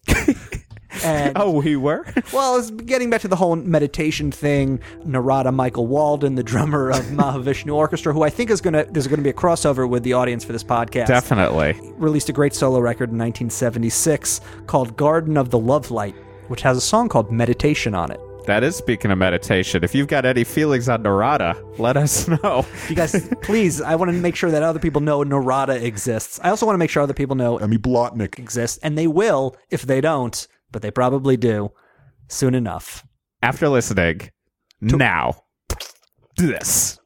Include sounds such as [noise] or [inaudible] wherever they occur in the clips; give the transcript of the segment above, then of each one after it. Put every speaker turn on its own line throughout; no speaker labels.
and-
Oh, we were? [laughs]
Well, it's getting back to the whole meditation thing. Narada Michael Walden, the drummer of Mahavishnu Orchestra, who I think is going to there's going to be a crossover with the audience for this podcast.
Definitely.
Released a great solo record in 1976 called Garden of the Love Light, which has a song called Meditation on it.
That is speaking of meditation. If you've got any feelings on Narada, let us [laughs] know.
You guys, please, I want to make sure that other people know Narada exists. I also want to make sure other people know
Emmy Blotnick.
exists, and they will if they don't, but they probably do soon enough.
After listening, now, do
[laughs]
this.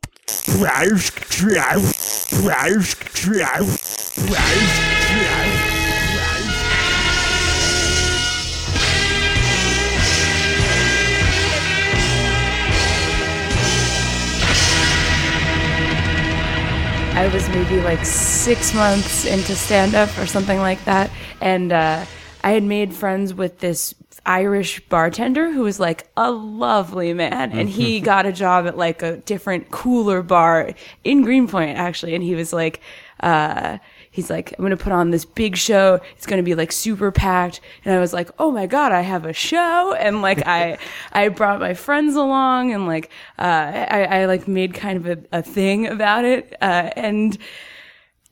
I was maybe like six months into stand up or something like that. And uh, I had made friends with this Irish bartender who was like a lovely man. And he got a job at like a different, cooler bar in Greenpoint, actually. And he was like, uh, he's like, I'm going to put on this big show. It's going to be like super packed. And I was like, oh my God, I have a show. And like, I, I brought my friends along and like, uh, I, I like made kind of a, a thing about it. Uh, and,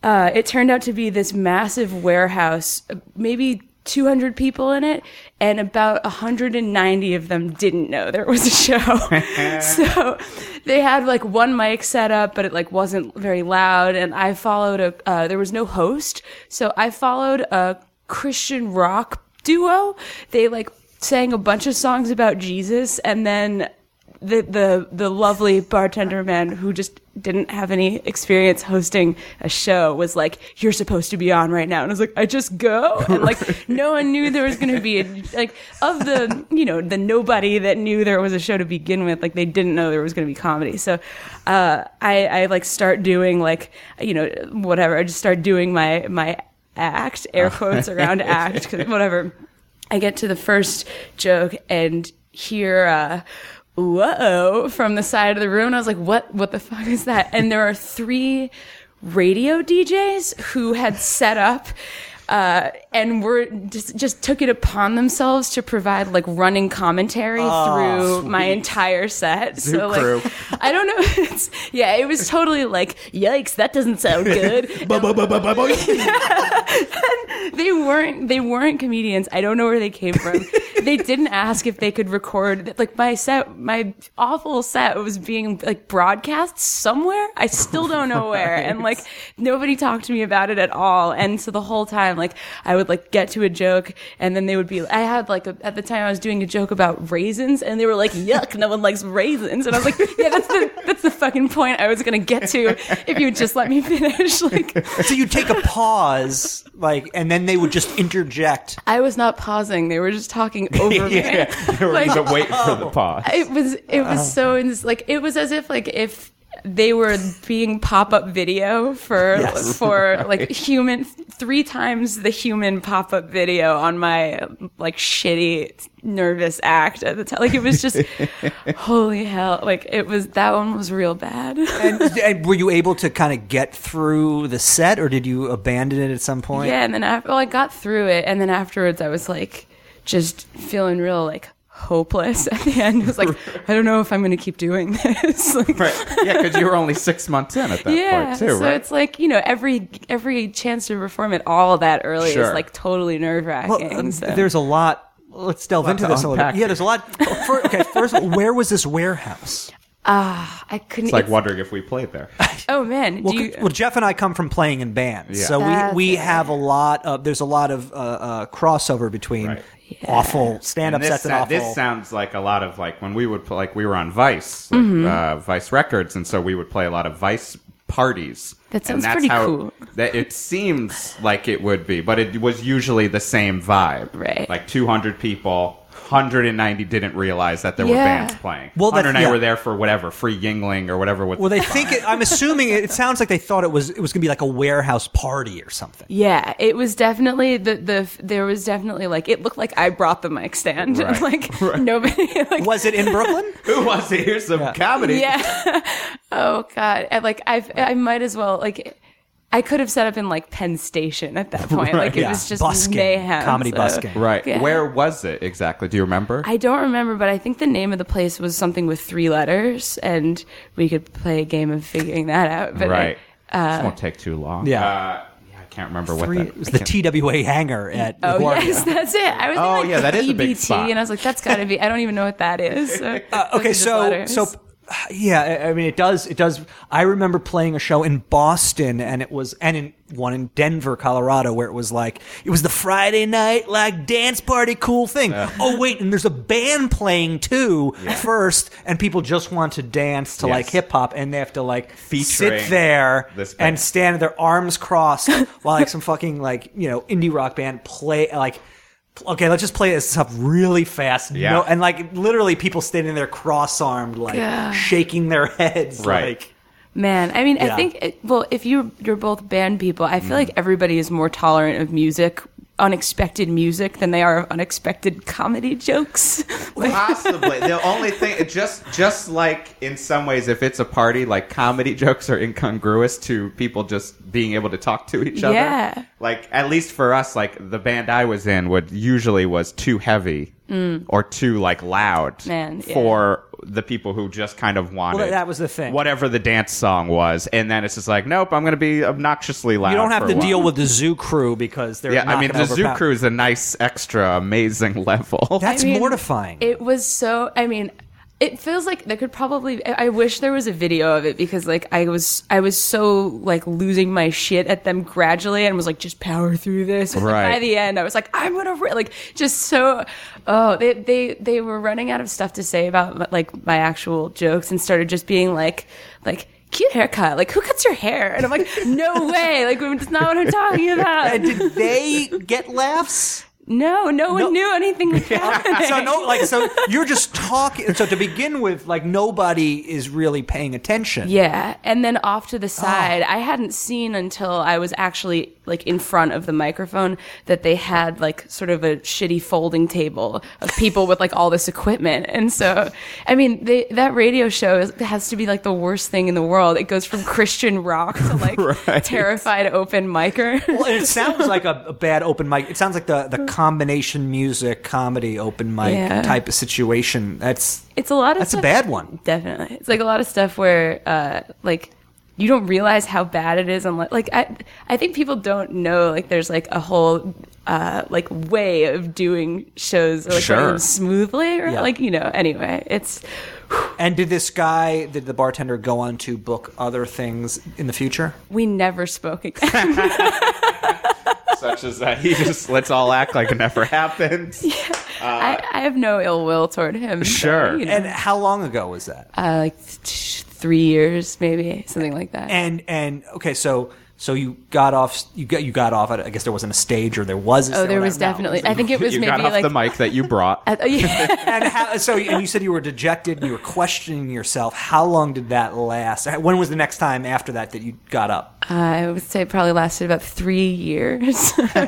uh, it turned out to be this massive warehouse, maybe 200 people in it, and about 190 of them didn't know there was a show. so they had like one mic set up, but it like wasn't very loud. And I followed a, uh, there was no host. So I followed a Christian rock duo. They like sang a bunch of songs about Jesus and then the the the lovely bartender man who just didn't have any experience hosting a show was like, "You're supposed to be on right now," and I was like, "I just go," and like no one knew there was going to be a, like of the you know the nobody that knew there was a show to begin with, like they didn't know there was going to be comedy. So uh, I I like start doing like you know whatever I just start doing my my act air quotes around act 'cause whatever. I get to the first joke and hear uh, whoa from the side of the room. And I was like, what, what the fuck is that? And there are three radio DJs who had set up. Uh, and were just just took it upon themselves to provide like running commentary through my entire set. so like,
crew.
I don't know. [laughs] It's, yeah, it was totally like, yikes, that doesn't sound good. they weren't they weren't comedians. I don't know where they came from. they didn't ask if they could record like my set my awful set was being like broadcast somewhere. I still don't know where. And like nobody talked to me about it at all. And so the whole time like I would like get to a joke and then they would be I had like a, at the time I was doing a joke about raisins and they were like yuck no one likes raisins and I was like yeah that's the that's the fucking point I was going to get to if you would just let me finish [laughs] like
So you take a pause, like, and then they would just interject.
I was not pausing. They were just talking over
[laughs]
me.
They were
Like- oh.
like, wait Ah. for the pause.
It was it was so ins- like it was as if like if they were being pop up video for
[laughs]
Yes.
for like human three times the human pop up video on my like shitty nervous act at the time. Like it
[laughs]
was just holy hell. Like it was that one was real bad.
And, and were you able to kind of get through the set, or did you abandon it at some point?
[laughs] Yeah, and then after, well, I got through it, and then afterwards, I was like, just feeling real like hopeless [laughs] at the end. It
[laughs]
was like, I don't know if I'm going to keep doing this. [laughs] Like,
Right. Yeah, because you were only six months in at that
Yeah,
point too,
so
right?
it's like you know every every chance to perform it all that early is
Sure.
like totally nerve
Well,
wracking.
um,
so.
there's a lot. Let's delve into
to
this a little
unpack
bit. Yeah, there's a lot. fir- okay, first, of all, where was this warehouse?
I couldn't.
It's like
it's-
wondering if we played there.
Oh man,
Well,
[laughs] do you,
could- well, Jeff and I come from playing in bands,
Yeah.
so
That's
we, we
it.
have a lot of there's a lot of uh, uh, crossover between
Right.
awful stand up
And
sets
this,
and
sou-
awful.
this sounds like a lot of like when we would pl- like we were on Vice, like,
Mm-hmm.
uh, Vice Records, and so we would play a lot of Vice parties.
That
and
sounds
that's
pretty
how
cool.
That it seems like it would be, but it was usually the same vibe.
Right.
Like 200 people, 190 didn't realize that there were
Yeah.
bands playing.
Well, that's-
190
yeah.
were there for whatever, free Yingling or whatever. Was
well, they think it, I'm assuming it, it sounds like they thought it was it was going to be like a warehouse party or something.
Yeah, it was definitely the the there was definitely like it looked like I brought the mic stand
[laughs]
[laughs]
Right.
like nobody [laughs] like
Was it in Brooklyn?
[laughs] who wants to hear some comedy?
Yeah. oh God. I, like I've, I might as well like I could have set up in like Penn Station at
[laughs]
that point. Like it
Yeah.
was just
busking,
mayhem.
comedy
so-
busking.
Right.
Yeah.
Where was it exactly? Do you remember?
I don't remember, but I think the name of the place was something with three letters, and we could play a game of figuring that out. But I- [laughs]
right.
uh,
this won't take too long.
Yeah.
Uh, yeah, I can't remember
Three,
what
it was the TWA hangar at
Oh
LaGuardia.
yes, that's it. I was
Oh,
thinking like
yeah, that is a big
EBT,
spot. Uh,
and I was like, "That's got to be." I don't even know what that is.
[laughs]
So, those are
okay
just
so
letters.
so yeah I- i mean it does it does i remember playing a show in boston and it was and in one in denver colorado where it was like it was the friday night like dance party cool thing oh wait and there's a band playing too first and people just want to dance to like
Yes.
hip-hop and they have to like sit
Featuring
there
this band.
and stand with their arms crossed [laughs] while like some fucking like you know indie rock band play like Okay, let's just play this up really fast.
Yeah.
No, and like literally people standing there cross-armed, like
Yeah.
shaking their heads.
Right.
Like,
Man, I mean,
Yeah.
I think it, well, if you you're both band people, I feel like everybody is more tolerant of music, unexpected music, than they are of unexpected comedy jokes.
Possibly. the only thing, it just just like in some ways, if it's a party, like comedy [laughs] jokes are incongruous to people just being able to talk to each other.
Yeah.
Like at least for us, like the band I was in would usually was too heavy or too like loud
Mm. Man, yeah.
for the people who just kind of wanted.
that was the thing.
Whatever the dance song was, and then it's just like, nope, I'm going to be obnoxiously loud.
you don't have
Uh, for a
to deal
while.
with the zoo crew because they're
Yeah, I
not
mean,
gonna
the zoo
overpower-
crew is a nice, extra, amazing [laughs] level.
That's
I mean,
mortifying. [laughs]
It was so. I mean, it feels like there could probably. I I wish there was a video of it because, like, I was I was so like losing my shit at them gradually, and was like, just power through this. [laughs] And, like,
Right.
by the end, I was like, I'm gonna ri-, like just so. Oh, they they they were running out of stuff to say about like my actual jokes and started just being like like. Cute haircut. Like, who cuts your hair? And
[laughs]
I'm like, no way. Like, that's not what I'm talking about. [laughs]
And did they get laughs?
No, no one
No. [laughs]
knew anything was happening.
so no, like so you're just talking. So to begin with, like nobody is really paying attention.
Yeah, and then off to the side, I hadn't seen until I was actually like in front of the microphone that they had like sort of a shitty folding table of people with like all this equipment. And so, I mean, they, that radio show is, has to be like the worst thing in the world. It goes from Christian rock to like
Right.
terrified open micer.
Well, and it sounds like a, a bad open mic. It sounds like the, the combination music comedy open mic
Yeah.
type of situation. That's
It's a lot of
that's a
stuff-
bad one.
Definitely, it's like a lot of stuff where uh, like you don't realize how bad it is unless like I I think people don't know like there's like a whole uh, like way of doing shows like
Sure.
running smoothly or
Yeah.
like you know anyway it's
And did this guy, did the bartender go on to book other things in the future?
we never spoke again. [laughs]
Such as that, he just let's all act like it never happened.
[laughs] I, I have no ill will toward him. so,
Sure.
you know,
And how long ago was that?
uh, like th- three years maybe something like that.
and and okay, so so you got off. You got you got off. At, I guess there wasn't a stage, or there was.
oh, there was definitely. I think it was
you
maybe
got off
like. [laughs]
the mic that you brought.
Oh, yeah.
and how, so and you said you were dejected and you were questioning yourself. How long did that last? When was the next time after that that you got up?
Uh, I would say it probably lasted about three years. [laughs] no, uh,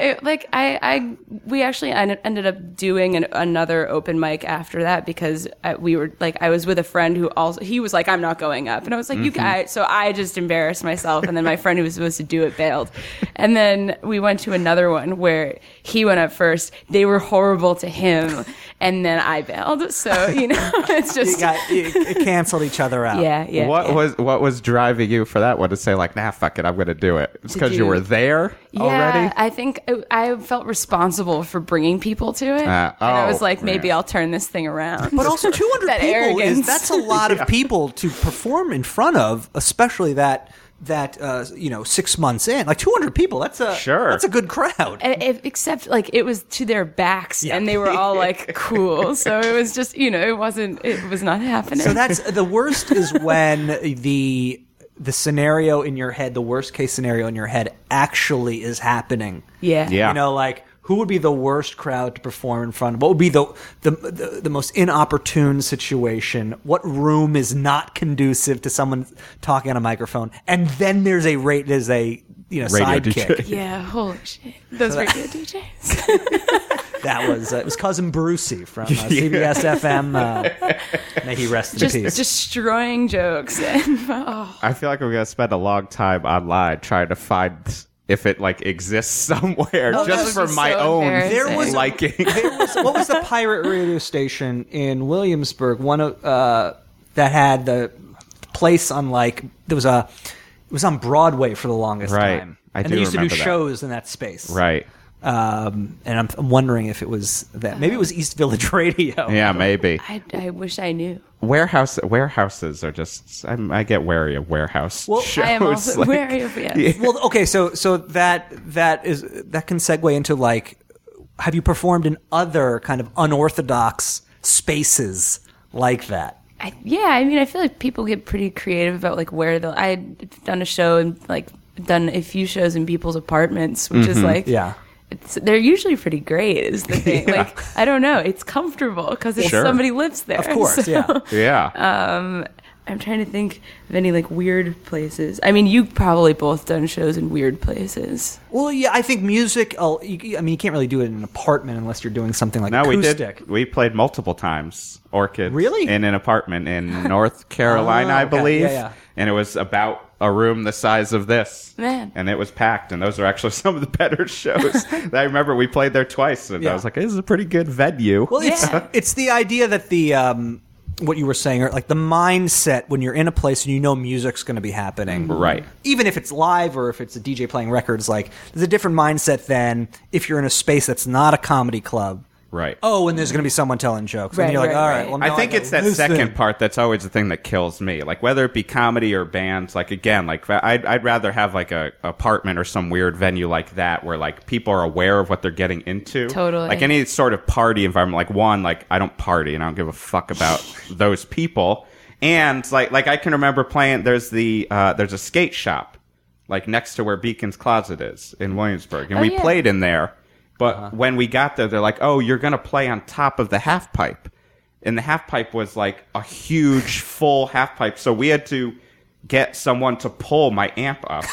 it, like I, I, we actually en- ended up doing an, another open mic after that because uh we were like, I was with a friend who also he was like, I'm not going up, and I was like, you guys. So I just embarrassed myself, and then my friend who was supposed to do it bailed, and then we went to another one where he went up first. They were horrible to him, and then I bailed. So you know, [laughs] it's
You
just
got you, you canceled each other out.
[laughs] yeah, yeah.
what
yeah.
was what was driving you for that one to say like, nah, fuck it, I'm gonna do it? It's because you,
you-
were there already.
I think I, I felt responsible for bringing people to it.
Ah,
and I
oh,
was like, maybe
yeah.
I'll turn this thing around.
But
[laughs]
also, 200
That
people is
arrogance.
that's a
[laughs]
lot of people to perform in front of, especially that that uh, you know six months in. Like 200 people, that's a
Sure.
that's a good crowd.
And if- E, except like it was to their backs,
Yeah.
and they were all
[laughs]
like cool. So it was just you know it wasn't it was not happening.
So that's the worst is when the the scenario in your head, the worst case scenario in your head, actually is happening.
yeah
Yeah.
You know, like who would be the worst crowd to perform in front of? What would be the the the, the most inopportune situation? What room is not conducive to someone talking on a microphone? And then there's a rate there's a you know
Radio
sidekick.
DJ.
yeah holy shit those were good DJs.
[laughs]
[laughs]
That was uh, it was cousin Brucey from uh, CBS FM. Uh, may he rest in
just
peace.
destroying jokes and [laughs] oh.
I feel like I'm gonna spend a long time online trying to find if it like exists [laughs] somewhere,
Oh, that
just
would
for
be
my
so
own
embarrassing.
There was- [laughs]
liking.
there was what was the pirate radio station in Williamsburg? One of uh, that had the place on like there was a it was on Broadway for the longest
Right.
time,
I
and
do
they used to do
remember that.
shows in that space,
right.
Um, and I'm, I'm wondering if it was that. Maybe it was East Village [laughs] Radio.
Yeah, maybe.
I, I wish I knew.
Warehouse warehouses are just I'm, I get wary of warehouse
Well, I
shows.
I am also
like-
[laughs] wary of yes.
Well, okay, so so that that is that can segue into like, have you performed in other kind of unorthodox spaces like that?
I, yeah, I mean, I feel like people get pretty creative about like where they'll. I had done a show and like done a few shows in people's apartments, which is like,
Yeah.
it's, they're usually pretty great.
[laughs]
Is the thing like I don't know, it's comfortable because it's
Sure.
somebody lives there.
Of course,
[laughs] So,
yeah.
[laughs] yeah.
I'm trying to think of any like weird places. I mean, you probably both done shows in weird places.
Well, yeah, I think music. I'll, you, I mean, you can't really do it in an apartment unless you're doing something like
no, we
acoustic.
did. We played multiple times. Orchid.
Really? Oh,
In an apartment
[laughs]
in North Carolina, I
okay. Yeah,
believe.
yeah.
And it was about a room the size of this.
Man.
And it was packed. And those are actually [laughs] some of the better
[laughs]
shows. I remember we played there twice. And
Yeah.
I was like, this is a pretty good venue.
Well, it's
Yeah.
[laughs] it's the idea that the um, what you were saying, or like the mindset when you're in a place and you know music's going to be happening,
Right.
Even if it's live or if it's a DJ playing records, like there's a different mindset than if you're in a space that's not a comedy club.
Right.
Oh, and there's going to be someone telling jokes,
Right,
and you're like,
right,
all
right.
well, now
I think
gotta
it's that
listen.
second part that's always the thing that kills me. Like whether it be comedy or bands, like again, like I'd, I'd rather have like a apartment or some weird venue like that where like people are aware of what they're getting into.
Totally.
Like any sort of party environment. Like one, like I don't party and I don't give a fuck about those people. And like like I can remember playing. There's the uh, there's a skate shop like next to where Beacon's Closet is in Williamsburg, and
Oh,
we
yeah.
played in there. But
Uh-huh.
when we got there, they're like, "Oh, you're gonna play on top of the half pipe," and the half pipe was like a huge full half pipe. So we had to get someone to pull my amp
[laughs]
up.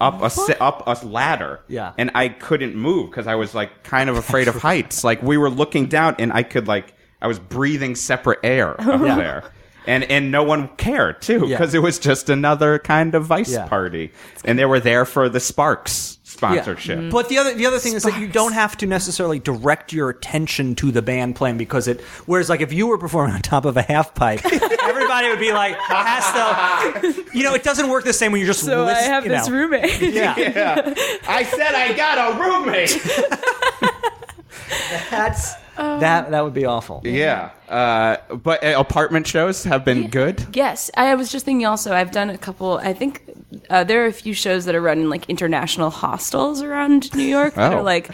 Up a si- up a ladder,
Yeah.
and I couldn't move because I was like kind of afraid
[laughs]
of heights. Like we were looking down, and I could like I was breathing separate
[laughs]
air up
Yeah.
there, and and no one cared too
Yeah.
because it was just another kind of vice
Yeah.
party, and they were there for the Sparks sponsorship.
But the other the other thing is that you don't have to necessarily direct your attention to the band playing because it. Whereas, like if you were performing on top of a half
[laughs]
pipe, everybody would be like, "Hasto," you know, it doesn't work the same when you're just.
So I
list-
have
you
this
know.
roommate.
Yeah,
[laughs] Yeah. I said I got a roommate.
that's
Um,
that. That would be awful.
yeah, uh, but uh, apartment shows have been good.
Yes, I was just thinking. Also, I've done a couple. I think uh, there are a few shows that are run in like international hostels around New York. That
Oh.
are like,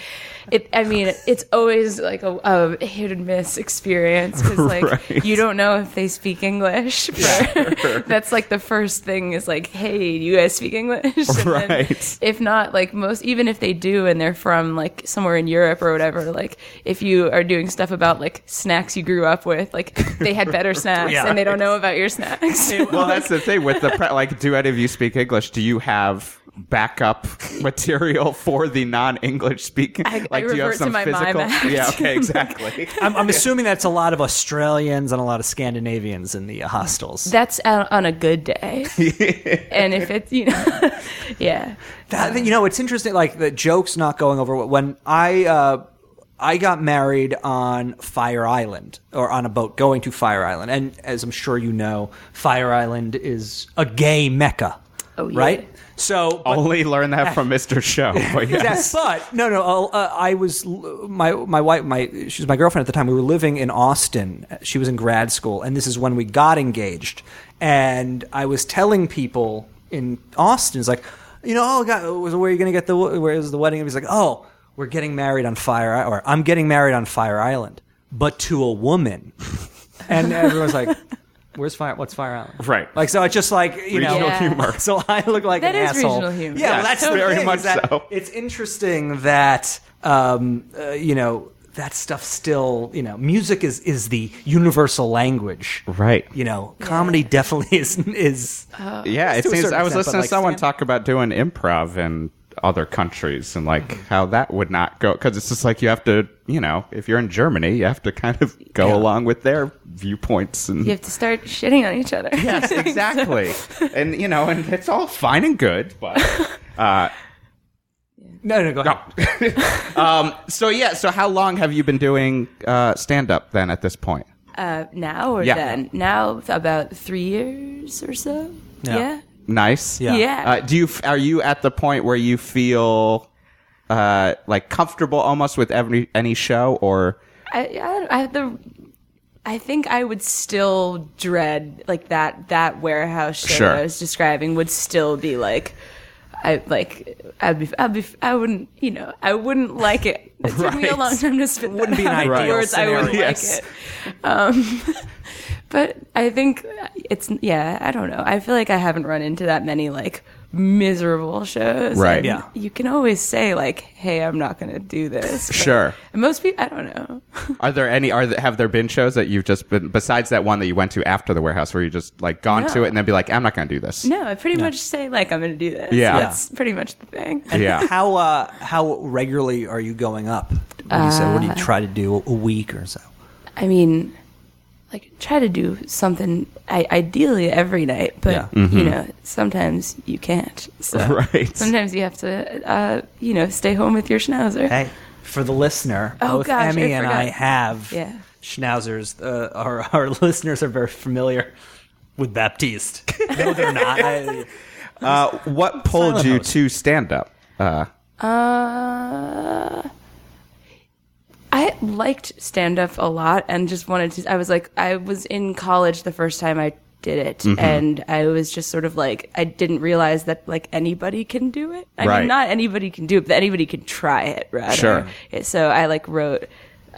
it. I mean, it's always like a, a hit and miss experience because like
[laughs] Right.
you don't know if they speak English. [laughs] That's like the first thing is like, hey, you guys
[laughs]
speak English? And then
Right.
if not, like most, even if they do and they're from like somewhere in Europe or whatever, like if you are doing stuff about like snacks you grew up with, like [laughs] they had better snacks
Yeah.
and they don't know about your snacks.
Well, that's the thing with the pre- like. Do any of you speak English? Do you have backup [laughs] material for the non-English speaking?
I
like, do you have
revert to
some
my mime
physical?
act.
Yeah. Okay.
[laughs]
Exactly.
I'm, I'm assuming that's a lot of Australians and a lot of Scandinavians in the uh, hostels.
[laughs] that's on on a good day.
[laughs]
and if it's, you know, [laughs] yeah.
That, you know, it's interesting. Like the joke's not going over. When I uh, I got married on Fire Island or on a boat going to Fire Island, and as I'm sure you know, Fire Island is a gay mecca.
Oh, yeah.
Right. So but-
Only learned that from Mr. Show. But yeah.
Yes, but no, no. I'll- Uh, I was my my wife. My she was my girlfriend at the time. We were living in Austin. She was in grad school, and this is when we got engaged. And I was telling people in Austin, it's like, you know, oh God, where are you going to get the where is the wedding? And he's like, oh, we're getting married on Fire, I- or I'm getting married on Fire Island, but to a
[laughs]
woman. And everyone's like. Where's fire? What's Fire Island?
Right.
Like so, it's just like you know,
Regional
Yeah.
humor.
[laughs] so I look like
That
an
is
asshole.
regional humor.
Yeah, well,
Yes,
that's the
very
thing,
much
is that
so.
It's interesting that um, uh, you know that stuff still you know music is is the universal language,
Right.
You know, comedy definitely [laughs] is is
Uh,
Yeah, it
to a
seems.
certain
I was
extent, but,
listening
like,
to someone
stand-
talk about doing improv in other countries and like
Mm-hmm.
how that would not go because it's just like you have to, you know, if you're in Germany, you have to kind of go along with their viewpoints and
You have to start shitting on each other.
[laughs]
[laughs]
yes, exactly. and you know, and it's all fine and good,
[laughs]
but uh, oh.
no no go
[laughs]
ahead.
um, so yeah. So how long have you been doing uh, stand up then at this point?
Uh, now or
Yeah.
then? Now, about three years or so.
Yeah.
Yeah.
Nice.
Yeah.
Yeah.
Uh, do you f- are you at the point where you feel uh, like comfortable almost with every any show or
I, I, I the. I think I would still dread like that that warehouse show
Sure.
that I was describing would still be like I like I'd be I'd be I wouldn't you know I wouldn't like
[laughs]
it. It took me a
Right.
long time to spit
Wouldn't
that
be an
out. The
ideal
words I wouldn't
scenario.
Yes.
like it. Um, [laughs] but I think it's yeah I don't know I feel like I haven't run into that many like miserable shows.
Right.
And
Yeah.
You can always say like Hey, I'm not going to do this. but
Sure.
Most people I don't know.
Are there any? Are th- have there been shows that you've just been besides that one that you went to after the warehouse where you just like gone to
No.
it and then be like, I'm not going to do this.
[laughs] No, I pretty much say like I'm going to do this.
Yeah.
that's pretty much the thing.
Yeah.
[laughs] How uh, how regularly are you going up? What do you say? What do you
Uh,
try to do a week or so?
I mean, like try to do something I, ideally every night, but
Yeah.
you know sometimes you can't. So
[laughs] Right.
Sometimes you have to, uh, you know, stay home with your schnauzer.
Hey, for the listener,
Oh,
both
gosh, I
Emmy and
forgot.
I have
Yeah.
schnauzers. Uh, our, our [laughs] listeners are very familiar with Baptiste. no, they're
[laughs]
not. I,
Uh, what pulled
Silent
you
host.
to stand up? Uh,
Uh, I liked stand up a lot and just wanted to. I was like, I was in college the first time I did it,
Mm-hmm.
and I was just sort of like, I didn't realize that like anybody can do it. I
Right.
mean, not anybody can do it, but anybody can try it, rather.
Sure.
So I like wrote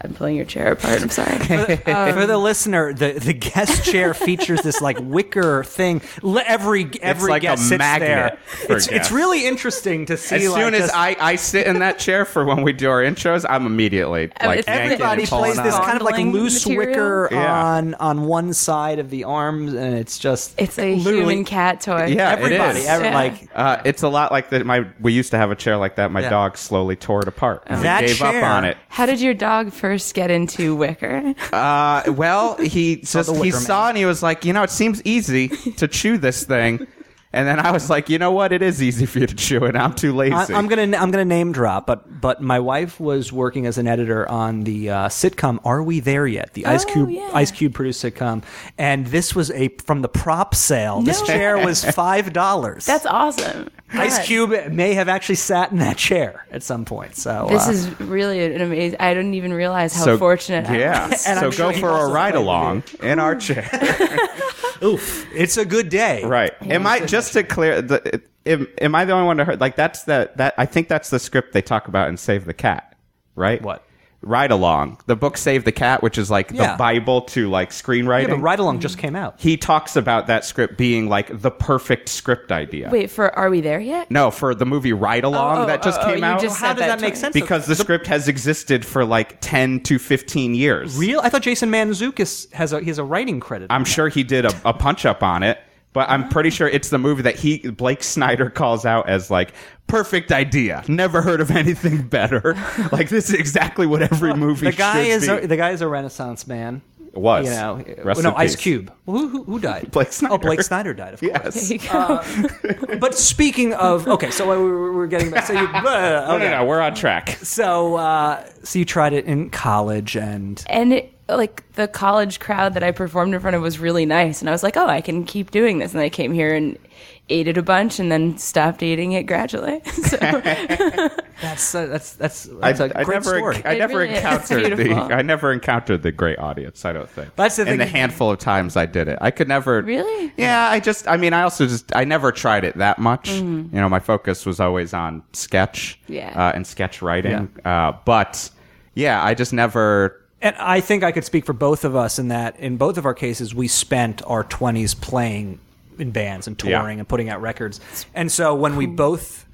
I'm pulling your chair apart. I'm
[laughs]
sorry. Um,
For the listener, the, the guest chair features this like wicker thing. Le- Every every
like a
guest sits
magnet
there.
for
It's, it's
guests.
really interesting to see.
As
like,
soon as
just-
I, I sit in that chair for when we do our intros, I'm immediately like
it's like
yanking
everybody
and pulling
plays this
on.
kind of like
Fondling
loose
material.
wicker
Yeah.
on on one side of the arms, and it's just
It's a
literally
human cat toy.
Yeah, it
everybody.
is.
ever-
Yeah.
Like
Uh, it's a lot like that. My we used to have a chair like that. My
Yeah.
dog slowly tore it apart. We
That
gave
chair.
up on it.
How did your dog first get into wicker?
Uh, well, he [laughs] just
the
he
Wicker Man.
saw and he was like, you know, it seems easy to chew this thing, and then I was like, you know what, it is easy for you to chew it. I'm too lazy.
I, I'm gonna I'm gonna name drop, but but my wife was working as an editor on the uh, sitcom Are We There Yet? The Ice
Oh,
Cube
yeah.
Ice Cube produced sitcom, and this was a from the prop sale. This
No
chair
way. [laughs]
was five dollars.
That's awesome.
Ice
God.
Cube may have actually sat in that chair at some point. So
This
uh,
is really an amazing. I didn't even realize how
so
fortunate. I
Yeah.
[laughs]
was. [laughs]
And
so
I'm sure
go
he
for a
also
ride along in
[laughs]
our chair.
oof, it's a good day.
[laughs]
right. Am I just to clear the? Am, am I the only one to heard? Like that's the that I think that's the script they talk about in Save the Cat, right?
What?
Ride along. The book Save the Cat, which is like
Yeah.
the Bible to like
Yeah,
screenwriting.
but Ride Along just came out.
he talks about that script being like the perfect script idea.
Wait for Are we there yet?
No, for the movie Ride Along
Oh, oh,
that just
oh, oh,
came
you
out.
just
How
said
does that
to
make
me.
sense?
because the script has existed for like 10 to 15 years.
Real? I thought Jason Manzukis has a he has a writing credit.
I'm sure he did a, a punch up on it, but I'm pretty sure it's the movie that he Blake Snyder calls out as like perfect idea. Never heard of [laughs] anything better. [laughs] like this is exactly what every movie
the guy
should
is
be.
a, the guy is a Renaissance man.
Was.
you know?
Rest
no,
in
Ice
peace.
Cube. Who, who, who
[laughs]
died?
Blake Snyder.
Oh, Blake Snyder died. Of course.
yes.
[laughs]
There you go.
But
[laughs]
speaking of, okay, so we- we- we're getting back. So you,
No, no,
okay.
no, we're on track.
So uh, so you tried it in college, and
and it, like the college crowd that I performed in front of was really nice, and I was like, oh, I can keep doing this. And I came here and ate it a bunch, and then stopped eating it gradually. [laughs]
[laughs]
So
that's uh, that's that's
I,
that's a
I
great
never,
story.
I
It
never
really is.
encountered the
Beautiful.
I never encountered the great audience. I don't think
That's the
In the
thing.
handful of times I did it, I could never
Really?
Yeah, I just I mean I also just I never tried it that much. You know, my focus was always on sketch,
Mm-hmm. Yeah.
uh, and sketch writing. Uh, but yeah, I just never.
and I think I could speak for both of us in that in both of our cases, we spent our twenties playing in bands and
Yeah.
touring and putting out records, and so when we both.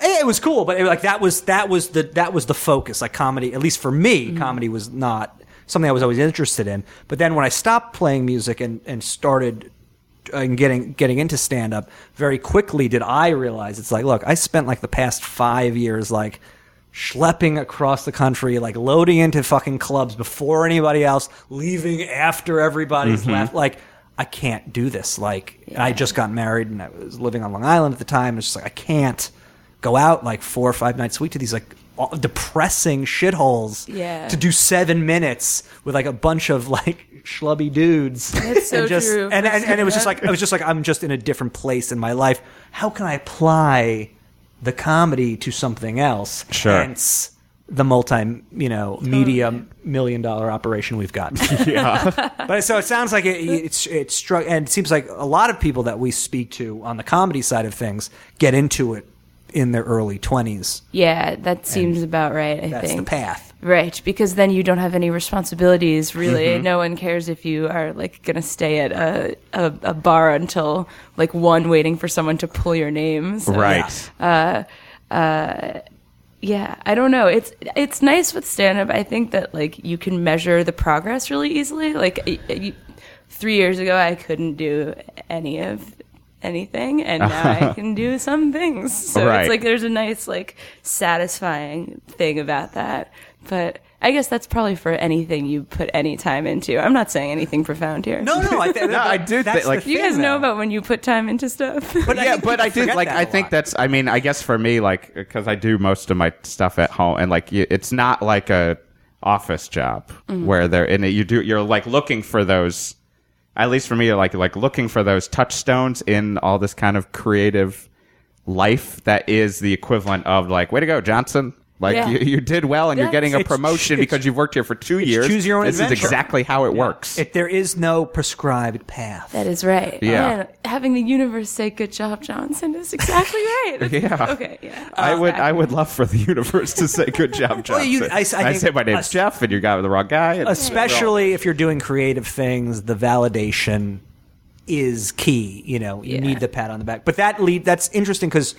eh, It was cool, but it, like that was that was the that was the focus. Like comedy, at least for me, comedy was not something I was always interested in. But then when I stopped playing music and and started uh, and getting getting into stand up, very quickly did I realize it's like, look, I spent like the past five years like schlepping across the country, like loading into fucking clubs before anybody else, leaving after everybody's
Mm-hmm.
left. Like, I can't do this. Like, and I just got married and I was living on Long Island at the time. It's just like I can't go out like four or five nights a week to these like all- depressing shitholes
Yeah.
to do seven minutes with like a bunch of like schlubby dudes
That's so
and just
true.
and, and, and it was just like I was just like I'm just in a different place in my life. How can I apply the comedy to something else?
Sure.
Hence the multi you know media million dollar operation
[laughs]
we've got. [laughs] but so it sounds like it, it's it's struck and it seems like a lot of people that we speak to on the comedy side of things get into it in their early 20s.
yeah, that seems about right. I
That's
think
the path.
Right, because then you don't have any responsibilities. Really, no one cares if you are like going to stay at a, a a bar until like one, waiting for someone to pull your name. So,
Right.
Yeah, I don't know. It's it's nice with stand up. I think that like you can measure the progress really easily. Like y- y- 3 years ago I couldn't do any of anything and now I can do some things. So
Right.
it's like there's a nice like satisfying thing about that. But I guess that's probably for anything you put any time into. I'm not saying anything profound here.
No, no, I,
[laughs]
th-
No, I do
that's
think, like-
the
You
thing,
guys know
though.
about when you put time into stuff. [laughs]
But
yeah,
think
but
people
I did
forget
like
that
I
a
think
lot.
that's I mean I guess for me like because I do most of my stuff at home and like you, it's not like a office job
Mm.
where they're in it you do you're like looking for those at least for me you're like like looking for those touchstones in all this kind of creative life that is the equivalent of like way to go Johnson Like
Yeah.
you, you did well, and you're
Yeah.
getting a
[laughs] It's-
promotion
it's-
because you've worked here for two years.
choose your own
This
adventure.
is exactly how it works.
It, there is no prescribed path.
That is right.
Yeah.
Man, having the universe say "Good job, Johnson" is exactly
[laughs]
right.
Yeah.
Okay. Yeah.
I would, I
Exactly.
would love for the [laughs] universe to say, "Good job, Johnson."
Oh, [laughs] Well, you- I- I
I,
think-
say my name's
uh,
Jeff, and you got the wrong guy. and-
especially if you're doing creative things the validation is key you know you
Yeah.
need the pat on the back but that lead that's interesting because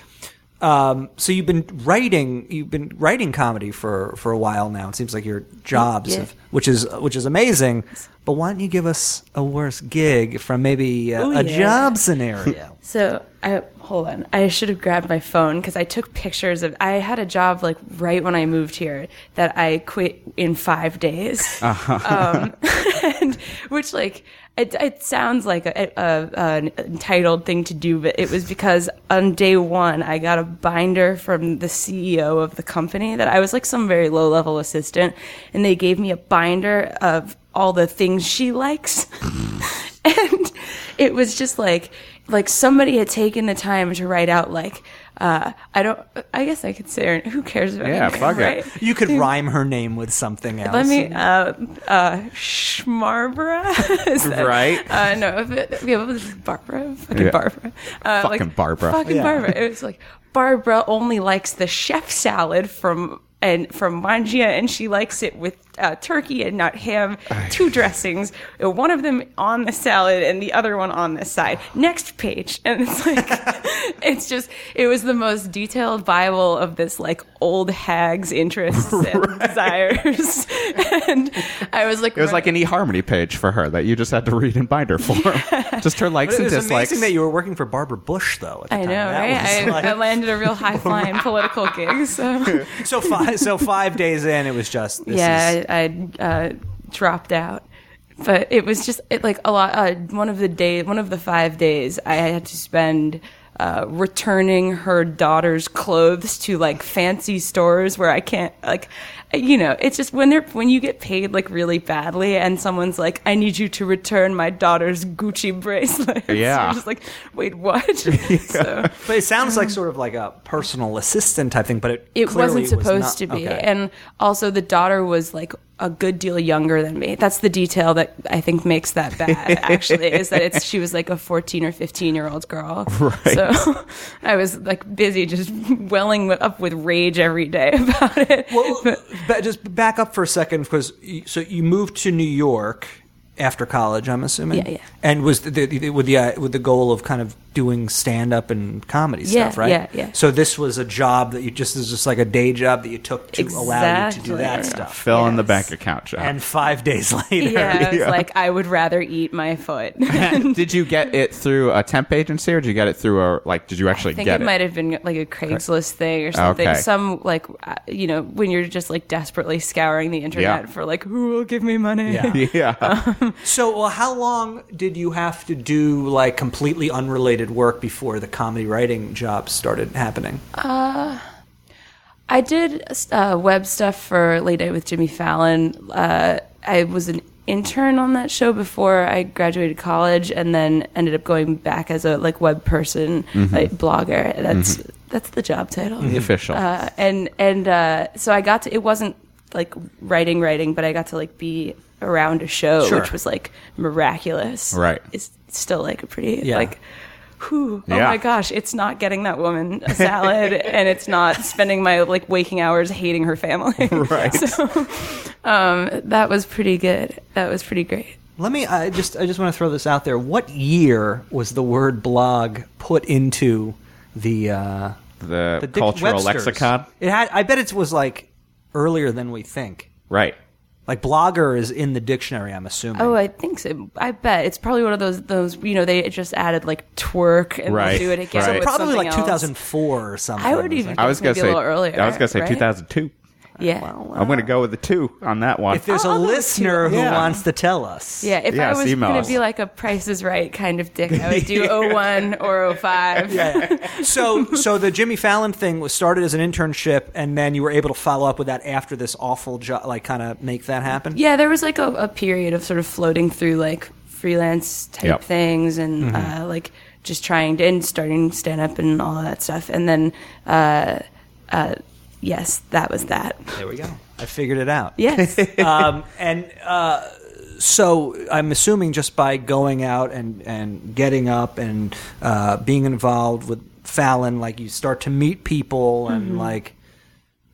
um, so you've been writing you've been writing comedy for for a while now it seems like your jobs
Yeah.
have, which is which is amazing but why don't you give us a worse gig from maybe uh,
Ooh,
a
yeah. [laughs]
job scenario
So I hold on. I should have grabbed my phone because I took pictures of. I had a job like right when I moved here that I quit in five days, um, [laughs] and which like it, it sounds like a, a, an entitled thing to do, but it was because on day one I got a binder from the CEO of the company that I was like some very low level assistant, and they gave me a binder of all the things she likes [laughs] and it was just like like somebody had taken the time to write out like uh, I don't. I guess I could say her. Who cares about
Yeah,
her name,
fuck it.
right?
you could rhyme her name with something else
Let me. Uh, uh, Schmarbra. [laughs] Is that-
Right.
Uh, no. If it, yeah, what was it? Barbara? Fucking
Yeah.
Barbara. Uh,
Fucking Barbara.
Fucking
Yeah.
Barbara. It was like Barbara only likes the chef salad from and from Mangia, and she likes it with uh, turkey and not ham. Two dressings, uh, one of them on the salad and the other one on the side. Next page, and it's like [laughs] it's just it was the most detailed Bible of this like old
[laughs]
hag's interests and desires, [laughs] and I was like,
It was like an eHarmony page for her that you just had to read in binder
[laughs]
form. just her likes
But it
and
was
dislikes.
amazing that you were working for Barbara Bush, though. At the
I
time.
know,
That
right?
was
I, [laughs]
like-
I landed a real
[laughs]
high flying political gig, so.
so five so five days in it was just this
yeah,
is-
I, I uh, dropped out. But it was just it, like a lot. Uh, one of the day, one of the five days, I had to spend uh, returning her daughter's clothes to like fancy stores where I can't like, you know, it's just when they're when you get paid like really badly and someone's like, I need you to return my daughter's Gucci bracelet. [laughs]
Yeah.
you're just like,
[laughs]
wait, what? [laughs] So
but it sounds like sort of like a personal assistant type thing but it
it
clearly
wasn't
was
supposed
not-
to be
okay.
and also the daughter was like a good deal younger than me that's the detail that i think makes that bad actually is that it's she was like a 14 or 15 year old girl right. so [laughs] i was like busy just welling up with rage every day [laughs] about it
well [laughs] but just back up for a second because you- so you moved to new york after college i'm assuming
Yeah, yeah.
and was the, the, the- with the uh, with the goal of kind of doing stand up and comedy
Yeah,
stuff right
yeah, yeah.
so this was a job that you just is just like a day job that you took to allow you to do
Exactly.
that stuff
Fill in the
Yes.
bank account, John.
and five days [laughs] later
yeah, I was like, I would rather eat my
[laughs]
foot. [laughs]
did you get it through a temp agency or did you get it through a like did you actually
I think
get
it,
it,
might have been like a Craigslist thing or something.
Okay.
Some like uh, you know when you're just like desperately scouring the internet
Yeah.
for like who will give me money.
Yeah.
[laughs] yeah
um,
So, well, how long did you have to do like completely unrelated work before the comedy writing job started happening?
I did uh, web stuff for Late Night with Jimmy Fallon. Uh, I was an intern on that show before I graduated college, and then ended up going back as a like web person, like blogger. That's that's the job title.
the official
Uh, and and uh, so I got to. It wasn't like writing, writing, but I got to like be around a show,
Sure.
which was like miraculous.
Right.
It's still like a pretty
Yeah.
like. Whew, Oh
Yeah.
my gosh! It's not getting that woman a
[laughs]
salad, and it's not spending my like waking hours hating her family.
[laughs] Right.
[laughs] So, um, that was pretty good. That was pretty great.
Let me. I just. I just want to throw this out there. What year was the word blog put into the uh,
the,
the Dick
cultural
Webster's?
lexicon
It had. I bet it was like earlier than we think.
right
Like blogger is in the dictionary. I'm assuming.
Oh, I think so. I bet it's probably one of those those you know they just added like twerk and
Right,
they'll do it again.
right.
with
probably
something
like
else.
2004 or something.
I would
It was
even-
like-
i was gonna
Maybe a
say
little earlier,
i was gonna say
right?
2002
Yeah.
i'm gonna go with the two on that one
If there's
I'll-
a
I'll go with
listener who
Yeah.
wants to tell us,
Yeah, if
Yeah,
I was
sea
going
mouse.
to be like a Price is Right kind of dick, I
[laughs]
would do 01 or 05.
so so the Jimmy Fallon thing was started as an internship, and then you were able to follow up with that after this awful job, like kind of make that happen.
Yeah, there was like a, a period of sort of floating through like freelance type
Yep. Mm-hmm.
things and uh, like just trying to and starting stand up and all of that stuff. And then uh, uh, yes, that was that.
There we go. I figured it out.
[laughs]
Yes.
um, and uh, so I'm assuming just by going out and, and getting up and uh, being involved with Fallon, like you start to meet people and like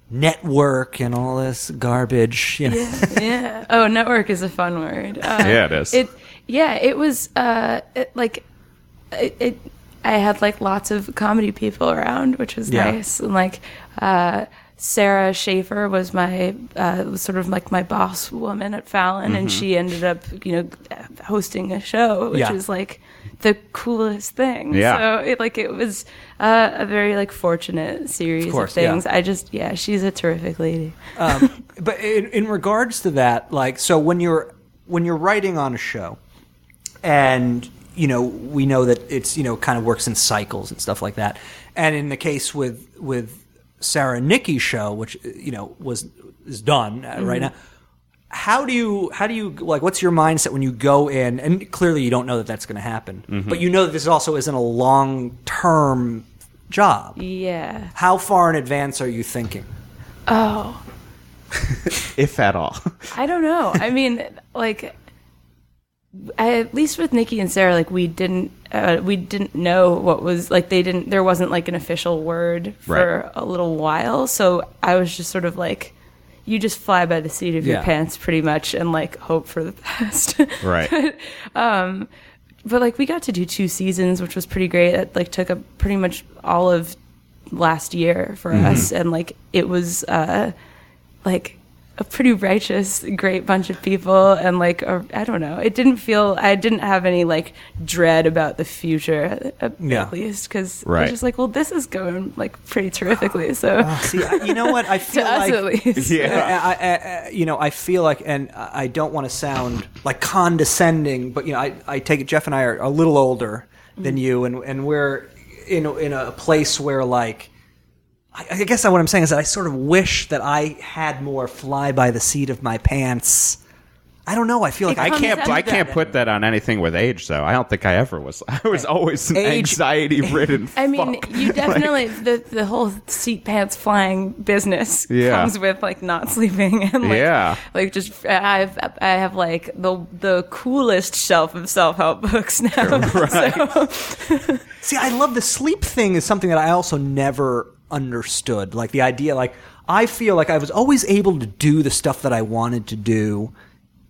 network and all this garbage. You know?
yeah. Oh, network is a fun word. Uh,
Yeah, it is.
It. Yeah, it was. Uh, it, like, it, it. I had like lots of comedy people around, which was
Yeah.
nice. And like, uh, Sarah Schaefer was my uh, was sort of like my boss woman at Fallon, and she ended up you know hosting a show, which
Yeah.
is like the coolest thing.
Yeah.
So it like it was uh, a very like fortunate series of,
course, yeah.
things. I just yeah, she's a terrific lady.
But in, in regards to that, like, so when you're when you're writing on a show, and you know, we know that it's you know kind of works in cycles and stuff like that. And in the case with with Sarah and Nikki's show, which you know was is done uh right
Mm-hmm.
now. How do you how do you like what's your mindset when you go in and clearly you don't know that that's going to happen
Mm-hmm.
but you know that this also isn't a long term job
Yeah.
how far in advance are you thinking
Oh.
if at all. [laughs]
I don't know. I mean, like, I, at least with Nikki and Sarah, like we didn't uh, we didn't know what was like they didn't there wasn't like an official word for
Right.
a little while, so I was just sort of like. You just fly by the seat of
Yeah.
your pants, pretty much, and like hope for the [laughs] best. [laughs]
right.
but like we got to do two seasons, which was pretty great. It like took up pretty much all of last year for us, and like it was uh like a pretty righteous, great bunch of people, and like a, I don't know, it didn't feel I didn't have any like dread about the future uh, at,
Yeah.
at least because I
Right.
was just like, well, this is going like pretty terrifically, so
see I- you know what i
[laughs] to
feel
us
Ah. like
at least,
Yeah.
I, I, I, you know, I feel like, and I I don't want to sound like condescending, but you know, I, I take it. Jeff and I are a little older
Mm-hmm.
than you, and and we're in a- in a place where like. I I guess what I'm saying is that I sort of wish that I had more fly by the seat of my pants. I don't know. I feel like
It
I
I
comes
can't.
can't.
out
I
of
can't
that.
put that on anything with age, though. I don't think I ever was. [laughs] I was always an
Age-
anxiety-ridden.
[laughs] I mean,
fuck. [laughs]
you
Like,
definitely the the whole seat pants flying business
Yeah.
comes with like not [laughs] sleeping and like
Yeah.
like just I've I have like the the coolest shelf of self help
[laughs]
books now. [laughs] So,
See, I love the sleep thing is something that I also never understood. Like the idea, like I feel like I was always able to do the stuff that I wanted to do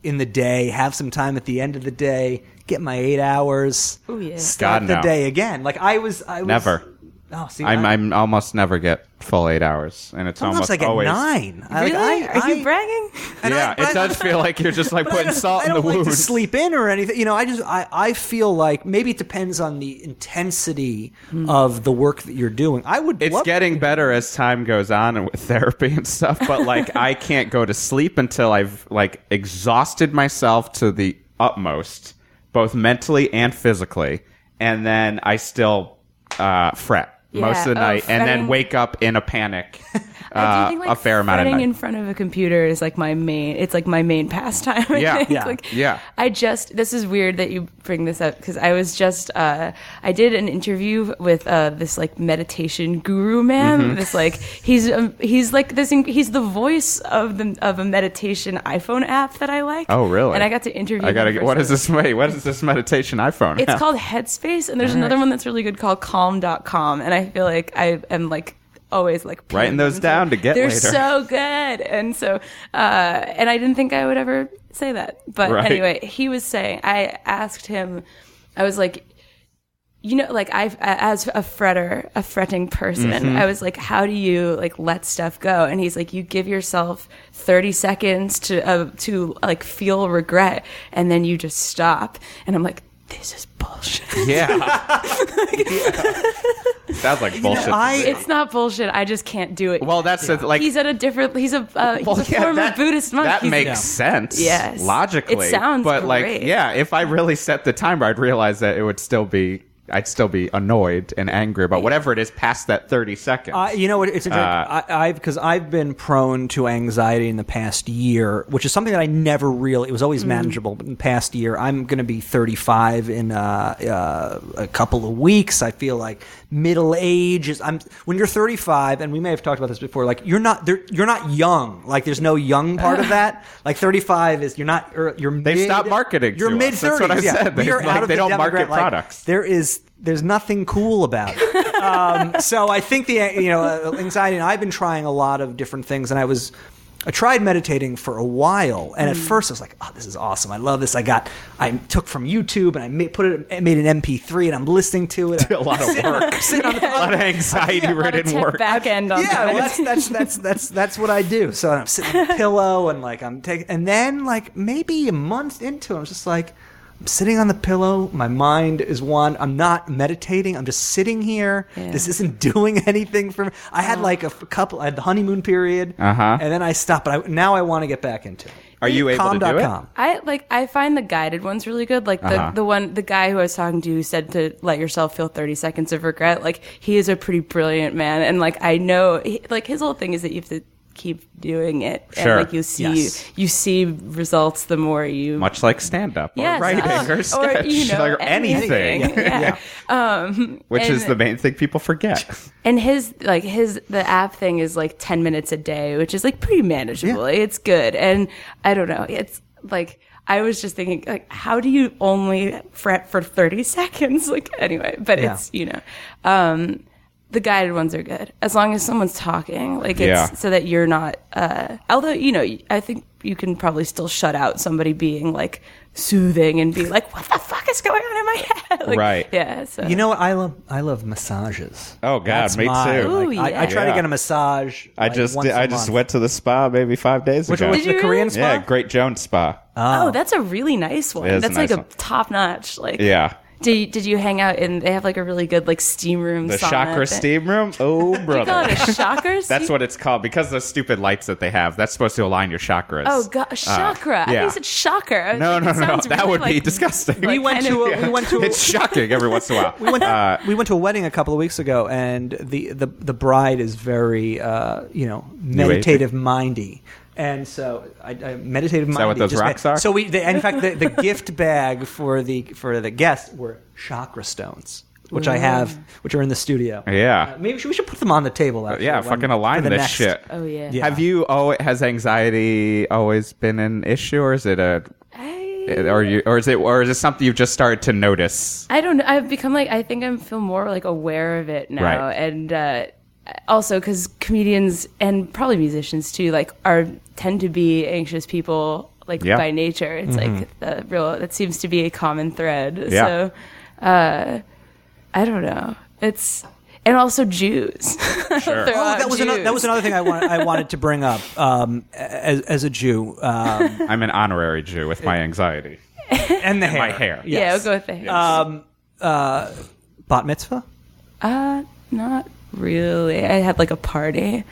in the day, have some time at the end of the day, get my eight hours,
Ooh, yeah.
start
God,
the
no.
day again. Like I was, I was
Never.
Oh, see,
I'm,
I-
I'm almost never get full eight hours, and it's
sometimes
almost
I get
always
nine. I, like,
really,
I-
are
I-
you bragging?
and I-
Yeah,
but I-
it does feel like you're just like
But I
putting
don't-
salt
I
in the
don't like
wound.
to sleep in or anything. You know, I just I, I feel like maybe it depends on the intensity
Hmm.
of the work that you're doing. I would
it's
love
getting better as time goes on and with [laughs] therapy and stuff but like
[laughs]
i can't go to sleep until i've like exhausted myself to the utmost both mentally and physically and then i still uh, fret most of the
Yeah. Oh,
night and then
fretting-
wake up in a panic
[laughs] I
uh,
do think,
a
like,
fair amount of
fretting
night.
in front of a computer is like my main. It's like my main pastime. [laughs] I
Yeah.
think.
Yeah.
Like,
Yeah.
I just this is weird that you bring this up because I was just uh, I did an interview with uh, this like meditation guru man.
Mm-hmm.
This like he's um, he's like this in- he's the voice of the of a meditation iPhone app that I like.
oh really
And I got to interview.
i gotta
him
get
for
what
some-
is this wait what is this meditation iphone
It's
app?
called Headspace, and there's another one that's really good called Calm.com. And I feel like I am like always like
Writing
paying
those
them
down to get
They're
later.
so Oh, good, and so uh, and I didn't think I would ever say that, but
Right.
anyway, he was saying. I asked him. I was like, you know, like I, as a fretter, a fretting person,
Mm-hmm.
I was like, how do you like let stuff go? And he's like, you give yourself 30 seconds to, uh, to like feel regret and then you just stop. And I'm like, this is
[laughs]
bullshit. [laughs]
yeah. sounds like bullshit
I-
It's not bullshit. I just can't do it.
well that's the, like
he's at a different, he's a, uh, he's a former Buddhist monk.
That
He's-
makes
Yeah.
sense.
Yes.
Logically.
It sounds
But like,
great.
yeah, if I really set the timer, I'd realize that it would still be I'd still be annoyed and angry about whatever it is past that 30 seconds.
I, you know what? It's interesting.
Uh,
I, I've because I've been prone to anxiety in the past year, which is something that I never really. It was
Mm.
always manageable, but in the past year, I'm going to be 35 in uh, uh, a couple of weeks. I feel like middle age is. I'm when you're 35, and we may have talked about this before. Like you're not there, you're not young. Like there's no young part
[laughs]
of that. Like 35 is you're not. You're, you're
They've
mid-
stopped marketing
You're
to
mid
us.
30s.
That's what I
yeah.
said.
We
They-
are
like,
out of
they
the
don't market
demographic- like,
products.
there is there's nothing cool about it. um, so I think the you know uh, anxiety and I've been trying a lot of different things and I was I tried meditating for a while and at
Mm.
first I was like oh this is awesome I love this I got I took from YouTube and I made, put it I made an MP3 and I'm listening to it
[laughs] a lot of work,
sitting on
[laughs]
the
a lot of
[laughs]
anxiety ridden work.
back end on
yeah,
that.
well,
[laughs]
that's that's that's that's that's what I do. So I'm sitting on a pillow and like I'm taking, and then like maybe a month into it, I'm just like I'm sitting on the pillow. My mind is one. I'm not meditating. I'm just sitting here.
Yeah. Oh.
This isn't [laughs] doing anything for me. I had like a f- couple. I had the honeymoon period,
Uh-huh.
and then I stopped. But I, now I want to get back into. it.
Are you able to do it?
Calm.com.
I like I find the guided ones really good. Like the,
Uh-huh.
the one the guy who I was talking to who said to let yourself feel 30 seconds of regret. Like he is a pretty brilliant man and like I know he, like his whole thing is that you have to keep doing it
Sure.
and like you see
Yes.
you see results the more you
Much like stand up or
Yes.
writing
Oh,
or sketch
you
[laughs]
know,
or anything,
anything. Yeah. Um,
which is
And-
the main thing people forget.
And his like his the app thing is like ten minutes a day, which is like pretty manageable. It's good, and I don't know. It's like I was just thinking, like, how do you only fret for thirty [laughs] seconds? Like anyway, but
Yeah.
it's you know, um, the guided ones are good as long as someone's talking, like it's
Yeah.
so that you're not. Uh, although you know, I think you can probably still shut out somebody being like soothing and be like, what the fuck is going on in my head? [laughs] Like,
Right.
Yeah. So
You know what? I love I love massages.
Oh, God,
That's
me
my-
too.
Ooh,
like, I, I try to
yeah.
get a massage.
I
[laughs] like,
just
once a
I just
month.
went to the spa maybe five days
Which
ago.
one was Uh,
Did you
the Korean
really?
spa?
yeah, Great Jones Spa.
Oh, that's a really nice one.
Um, It is a
That's
nice
like
one.
a top notch. Like,
yeah,
Did you, did you hang out in? They have like a really good like steam room.
the
sauna
chakra
thing.
steam room.
[laughs]
Oh,
They call
brother.
it a
[laughs]
chakra.
That's what it's called because those stupid lights that they have. That's supposed to align your chakras.
Oh god, a chakra. I
uh, yeah.
think it's a chakra. I was
No,
like,
no,
it
no, no.
sounds
That
really,
would be
like-
disgusting.
like,
We went
kind
[laughs]
to
of-
a, we went to a,
it's shocking every once in a while. Uh,
we went, we went to a wedding a couple of weeks ago, and the, the, the bride is very, uh, you know, meditative mindy. And so, I, I meditative mindy.
that what those
just
rocks
meant-
are?
So we, the, in fact, the, the gift bag for the for the guests were chakra stones, which I have, which are in the studio.
Yeah. Uh,
Uh, maybe we should, we should put them on the table. Actually,
yeah,
when-
fucking
for
align
the
this
next-
shit.
[laughs] Oh yeah.
Yeah.
Have you? Oh, has anxiety always been an issue, or is it a,
I,
or you, or is it, or is it something you've just started to notice?
I don't. know. I've become like I think I am feel more like aware of it now,
Right.
and uh, also because comedians and probably musicians too like are tend to be anxious people like
Yeah.
by nature. It's
Mm-hmm.
like the real that seems to be a common thread.
Yeah.
So. uh, I don't know. It's and also Jews. [laughs] Sure.
Oh, that was another, that was another thing I wanted I wanted to bring up um, as as a Jew um,
I'm an honorary Jew with my anxiety,
and the hair.
my hair.
yeah.
yes.
We'll go with that.
bat mitzvah.
uh, not really. I had like
[laughs]
a party.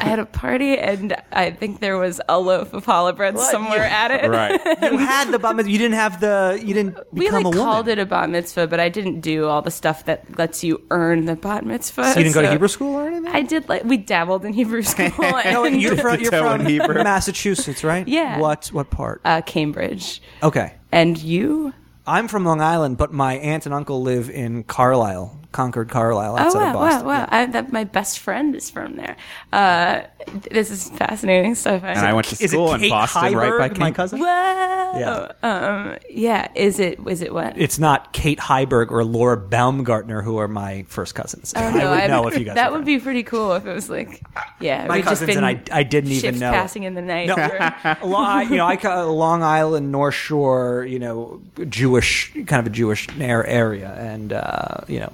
I had a party, and I think there was a loaf of challah bread somewhere at it.
Right.
you had the bat mitzvah. You didn't have the. You didn't
[laughs] We
become
like
a woman.
called it a bat mitzvah, but I didn't do all the stuff that lets you earn the bat mitzvah.
So you didn't go to
so-
Hebrew school or anything.
I did like we dabbled
[laughs]
in Hebrew school.
no,
and,
you're [laughs] from, you're
Toe
from
in Hebrew.
Massachusetts, right?
Yeah.
What what part?
uh, Cambridge.
okay,
And you?
I'm from Long Island, but my aunt and uncle live in Carlisle, Concord, Carlisle,
Oh
outside
wow,
of Boston.
wow, wow! I, that my best friend is from there. Uh, th- this is fascinating stuff.
And I went to
Is
school
it
in
Kate
Boston, right
Heiberg,
by King.
my cousin?
Whoa. Yeah. Um, yeah. Is it? Was it what?
It's not Kate Heiberg or Laura Baumgartner who are my first cousins.
Oh, I don't
I would
I'm-
know if you guys.
That
were
would
friends.
be pretty cool if it was like, yeah,
my
we've just
cousins, and I,
been
I didn't even
shift
know.
passing in the night.
No.
We're-
Long, you know, I ca- Long Island, North Shore, you know, Jewish, kind of a Jewish air area, and uh, you know,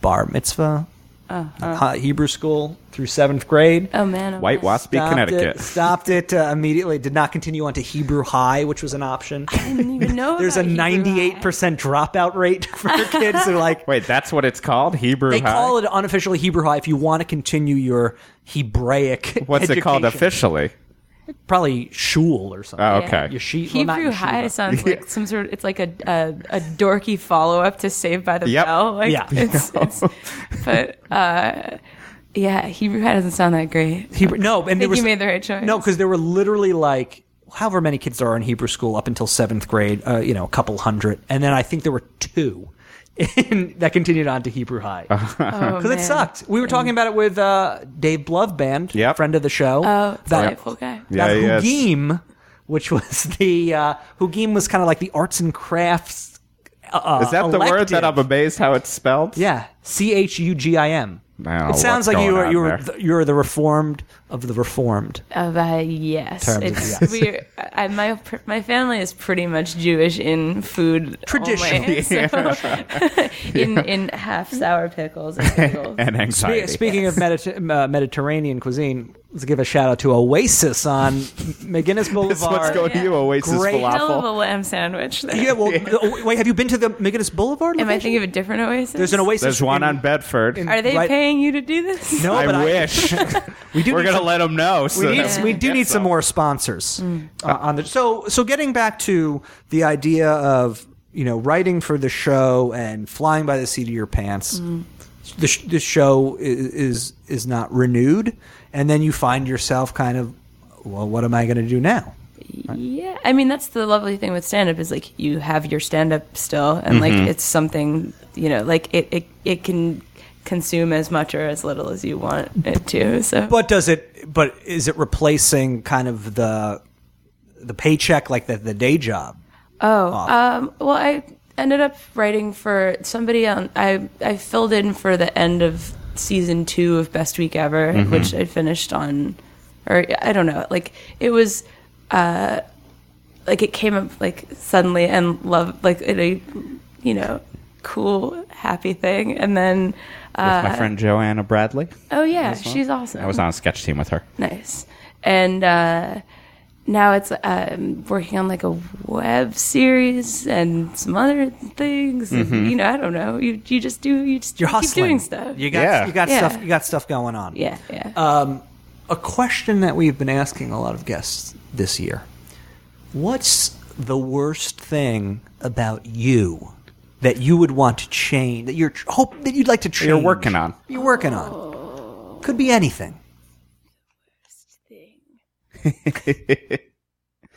bar mitzvah,
Uh-huh.
uh, Hebrew school through seventh grade.
oh man, oh,
White
man.
Waspy, Connecticut.
It, stopped it uh, immediately. Did not continue on to Hebrew high, which was an option.
I didn't even know.
There's a
about Hebrew
ninety-eight
High.
percent dropout rate [laughs] for kids. They're like,
Wait, that's what it's called, Hebrew.
they
High?
call it unofficial Hebrew high if you want to continue your Hebraic.
What's it called
education.
officially?
probably shul or something.
Oh,
Yeah.
okay.
Yeshi- well, not
Hebrew
yeshiva.
High sounds like some sort. Of, it's like a a, a dorky follow up to Saved by the
Yep.
Bell.
[laughs]
Like,
Yeah.
it's, it's, but uh, yeah, Hebrew High doesn't sound that great.
[laughs] Hebrew. No, and there
think
was
you made the right choice.
No, because there were literally like however many kids there are in Hebrew school up until seventh grade. Uh, you know, a couple hundred, and then I think there were two [laughs] in, that continued on to Hebrew high because
Uh-huh.
Because
it sucked. We were talking about it with uh, Dave Bloveband,
Yep.
friend of the show.
Oh,
that
delightful guy.
that
Yeah, yes.
Hugim, which was the uh, Hugim was kind of like the arts and crafts. Uh,
Is that the word that I'm
elective.
amazed how it's spelled?
Yeah, C H U G I M.
I don't know
It sounds
Oh, what's
like you
going
were
on
you were
there.
the, you were the reformed of the reformed.
Of, uh, yes,
Terms of
it's
yes.
we. I, my pr- my family is pretty much Jewish in food
Tradition. [laughs]
only, [laughs] so- [laughs] in in half sour
[laughs]
pickles and pickles.
And
Spe-
anxiety.
Speaking of Medita- uh, Mediterranean cuisine, let's give a shout out to Oasis on McGinnis
[laughs]
Boulevard.
This is what's going to
Yeah.
you, Oasis
Great.
Hell of a
Falafel.
lamb sandwich. There.
Yeah, well, oh, wait, have you been to the McGinnis Boulevard?
Am I
location?
thinking of a different Oasis?
There's an Oasis.
There's one
in-
on Bedford.
Are they
right-
paying you to do this?
No, but
I wish.
[laughs] we do
We're
need
going to
some-
let them know. so
We need,
that
we
can
do
get
need some more sponsors
Mm.
uh, on the so so getting back to the idea of you know writing for the show and flying by the seat of your pants.
Mm.
The, sh- the show is, is is not renewed, and then you find yourself kind of, well, what am I going to do now?
Yeah, I mean that's the lovely thing with stand up is like you have your stand up still and
Mm-hmm.
like it's something, you know, like it, it it can consume as much or as little as you want it to. So
But does it? But is it replacing kind of the the paycheck like the the day job?
um well I ended up writing for somebody on I I filled in for the end of season 2 of Best Week Ever, which I finished on or I don't know, like it was uh, like it came up like suddenly and love like in a you know cool happy thing and then Uh,
With my friend Joanna Bradley.
oh yeah she's awesome
I was on a sketch team with her.
nice and uh now it's um, working on like a web series and some other things. And, you know, I don't know. You you just do you just
Mm-hmm. You're
keep
hustling.
doing stuff.
You Uh, got
Yeah.
you got
Yeah.
stuff you got stuff going on.
yeah, yeah.
Um, a question that we've been asking a lot of guests this year. What's the worst thing about you that you would want to change? That you're hope that you'd like to change.
You're working on. [laughs]
You're working on. Could be anything.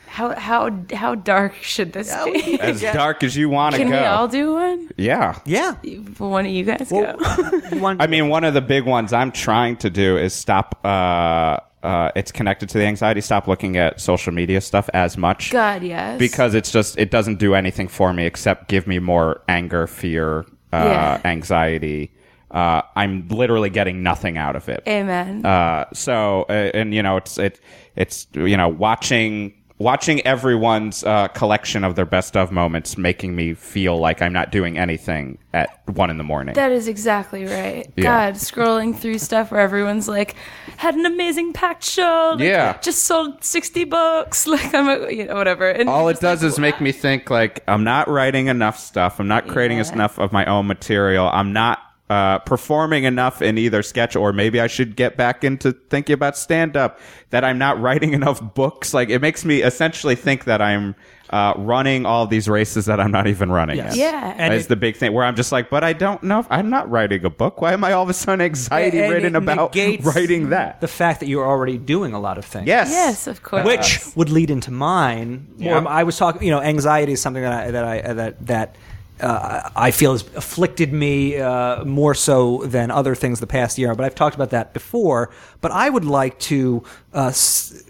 how how how dark should this
[laughs]
be?
As dark as you want to
Can
go.
we all do one?
yeah.
Yeah.
One of you guys
Well, [laughs]
go.
you want-
I mean, one of the big ones I'm trying to do is stop. Uh, uh, it's connected to the anxiety. Stop looking at social media stuff as much
God, yes.
because it's just it doesn't do anything for me except give me more anger, fear, uh,
Yeah.
anxiety. Uh, I'm literally getting nothing out of it.
Eh. Amen.
Uh, so uh, and you know it's it it's you know watching watching everyone's uh, collection of their best of moments making me feel like I'm not doing anything at one in the morning.
That is exactly right.
Yeah.
God, scrolling through stuff where everyone's like, had an amazing packed show. like,
Yeah.
Just sold 60 books. [laughs] Like, I'm, a, you know, whatever. And
all
you're
it
just like,
does is make me think like I'm not writing enough stuff. I'm not creating
Yeah.
enough of my own material. I'm not uh, performing enough in either sketch or maybe I should get back into thinking about stand up. That I'm not writing [laughs] enough books. Like it makes me essentially think that I'm uh, running all these races that I'm not even running.
Yes.
in.
Yeah.
And
is
it-
the big thing where I'm just like, but I don't know if I'm not writing a book. Why am I all of a sudden anxiety
And it
ridden about
negates
writing that?
the fact that you're already doing a lot of things.
yes.
Yes, of course.
which would lead into mine.
Yeah.
More, I was talking. You know, anxiety is something that I that I that that uh, I feel has afflicted me uh, more so than other things the past year. But I've talked about that before. But I would like to. Uh, s-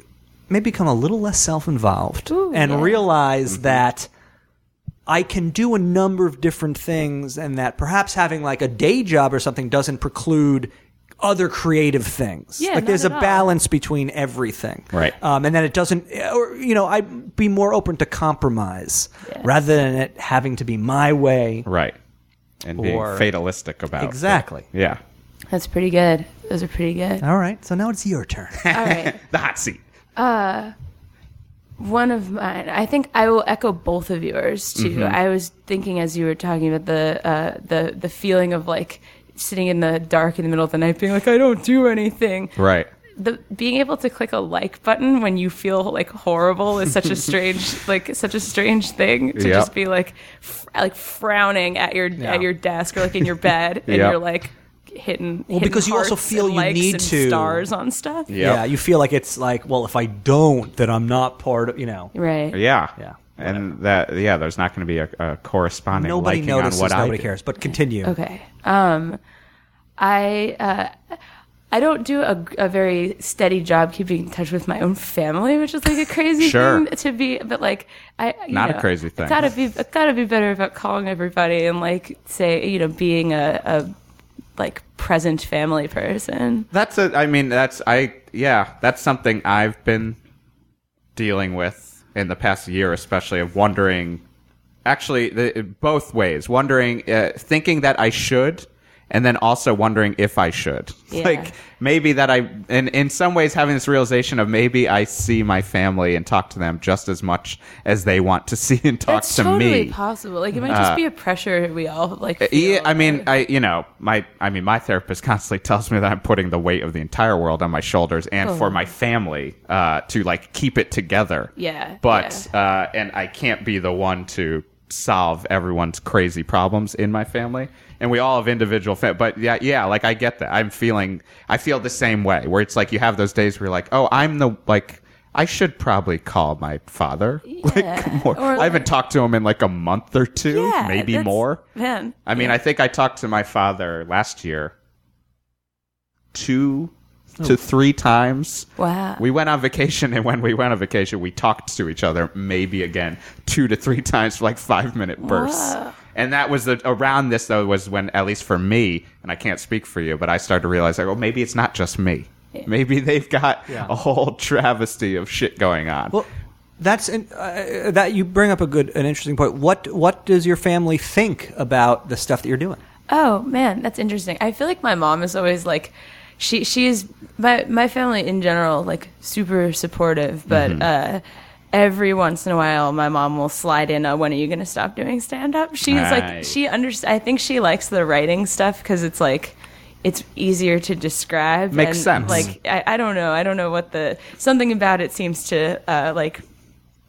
Maybe become a little less self-involved
Ooh,
and
yeah.
realize that I can do a number of different things, and that perhaps having like a day job or something doesn't preclude other creative things.
Yeah,
like
not
there's a
at all.
balance between everything,
Right.
Um, and then it doesn't, or you know, I'd be more open to compromise rather than it having to be my way.
Right. And
Or-
being fatalistic about it.
Exactly.
Yeah.
That's pretty good. Those are pretty good.
All right, so now it's
[laughs]
your turn.
All right.
The hot seat.
One of mine. I think I will echo both of yours too. I was thinking as you were talking about the uh, the the feeling of like sitting in the dark in the middle of the night, being like, I don't do anything.
Right.
the being able to click a like button when you feel like horrible
[laughs]
is such a strange like such a strange thing to
Yep.
just be like fr- like frowning at your
Yeah.
at your desk or like in your bed and
Yep.
you're like hitting well
because you also feel you need to.
stars on stuff
Yep.
Yeah, you feel like it's like, well, if I don't, then I'm not part of, you know.
right
Yeah.
Yeah.
And that yeah, there's not going to be a, a corresponding
Nobody
liking
notices,
on what I
nobody
do.
cares. But continue.
Okay. Um, I uh, I don't do a, a very steady job keeping in touch with my own family, which is like a crazy
Sure.
thing to be. But like, I you
Not a
know,
crazy thing.
I gotta be I gotta be better about calling everybody and like say you know being a, a like present family person.
That's a. I mean, that's I. Yeah, that's something I've been dealing with in the past year, especially of wondering. Actually, the, both ways, wondering, uh, thinking that I should, and then also wondering if I should. [laughs]
Yeah.
Like maybe that I, and in some ways, having this realization of maybe I see my family and talk to them just as much as they want to see and talk
That's
to
totally
me. Uh,
possible. Like it might just be a pressure we all like. Feel.
Yeah, I mean, I you know, my I mean, my therapist [laughs] constantly tells me that I'm putting the weight of the entire world on my shoulders, and
Oh.
for my family uh, to like keep it together.
Yeah,
but Uh, and I can't be the one to solve everyone's crazy problems in my family, and we all have individual. Fa- but yeah, yeah, like I get that. I'm feeling, I feel the same way. Where it's like you have those days where you're like, oh, I'm the like. I should probably call my father. [laughs] Like more.
or
I haven't talked to him in like a month or two,
Yeah,
maybe
that's-
more.
Man,
I mean, I think I talked to my father last year two
Oh.
to three times.
Wow.
We went on vacation, and when we went on vacation, we talked to each other maybe again two to three [laughs] times for like five minute bursts. And that was the, around this, though, was when, at least for me, and I can't speak for you, but I started to realize, like, oh, maybe it's not just me. Maybe they've got a whole travesty of shit going on.
Well, that's an, uh, that you bring up a good, an interesting point. What what does your family think about the stuff that you're doing?
Oh man, that's interesting. I feel like my mom is always like, she she is my my family in general like super supportive, but
Mm-hmm.
uh, every once in a while my mom will slide in a when are you going to stop doing stand up? She's like
Nice.
she under I think she likes the writing stuff because it's like. It's easier to describe.
Makes sense.
and, Like I, I don't know. I don't know what the something about it seems to uh, like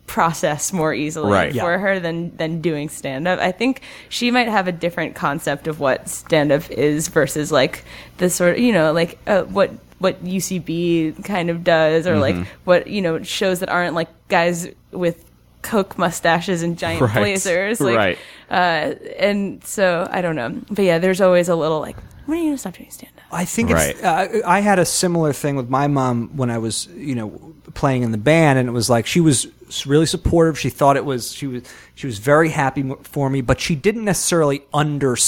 process more easily
Right.
for
Yeah.
her than than doing stand up. I think she might have a different concept of what stand up is versus like the sort of, you know, like uh, what what UCB kind of does or like
Mm-hmm.
what, you know, shows that aren't like guys with coke mustaches and giant
Right.
blazers like
Right.
uh and so I don't know. But yeah, there's always a little like when are you going to stop doing stand up?
I think
Right.
it's. Uh, I had a similar thing with my mom when I was, you know, playing in the band, and it was like she was really supportive. She thought it was she was she was very happy m- for me, but she didn't necessarily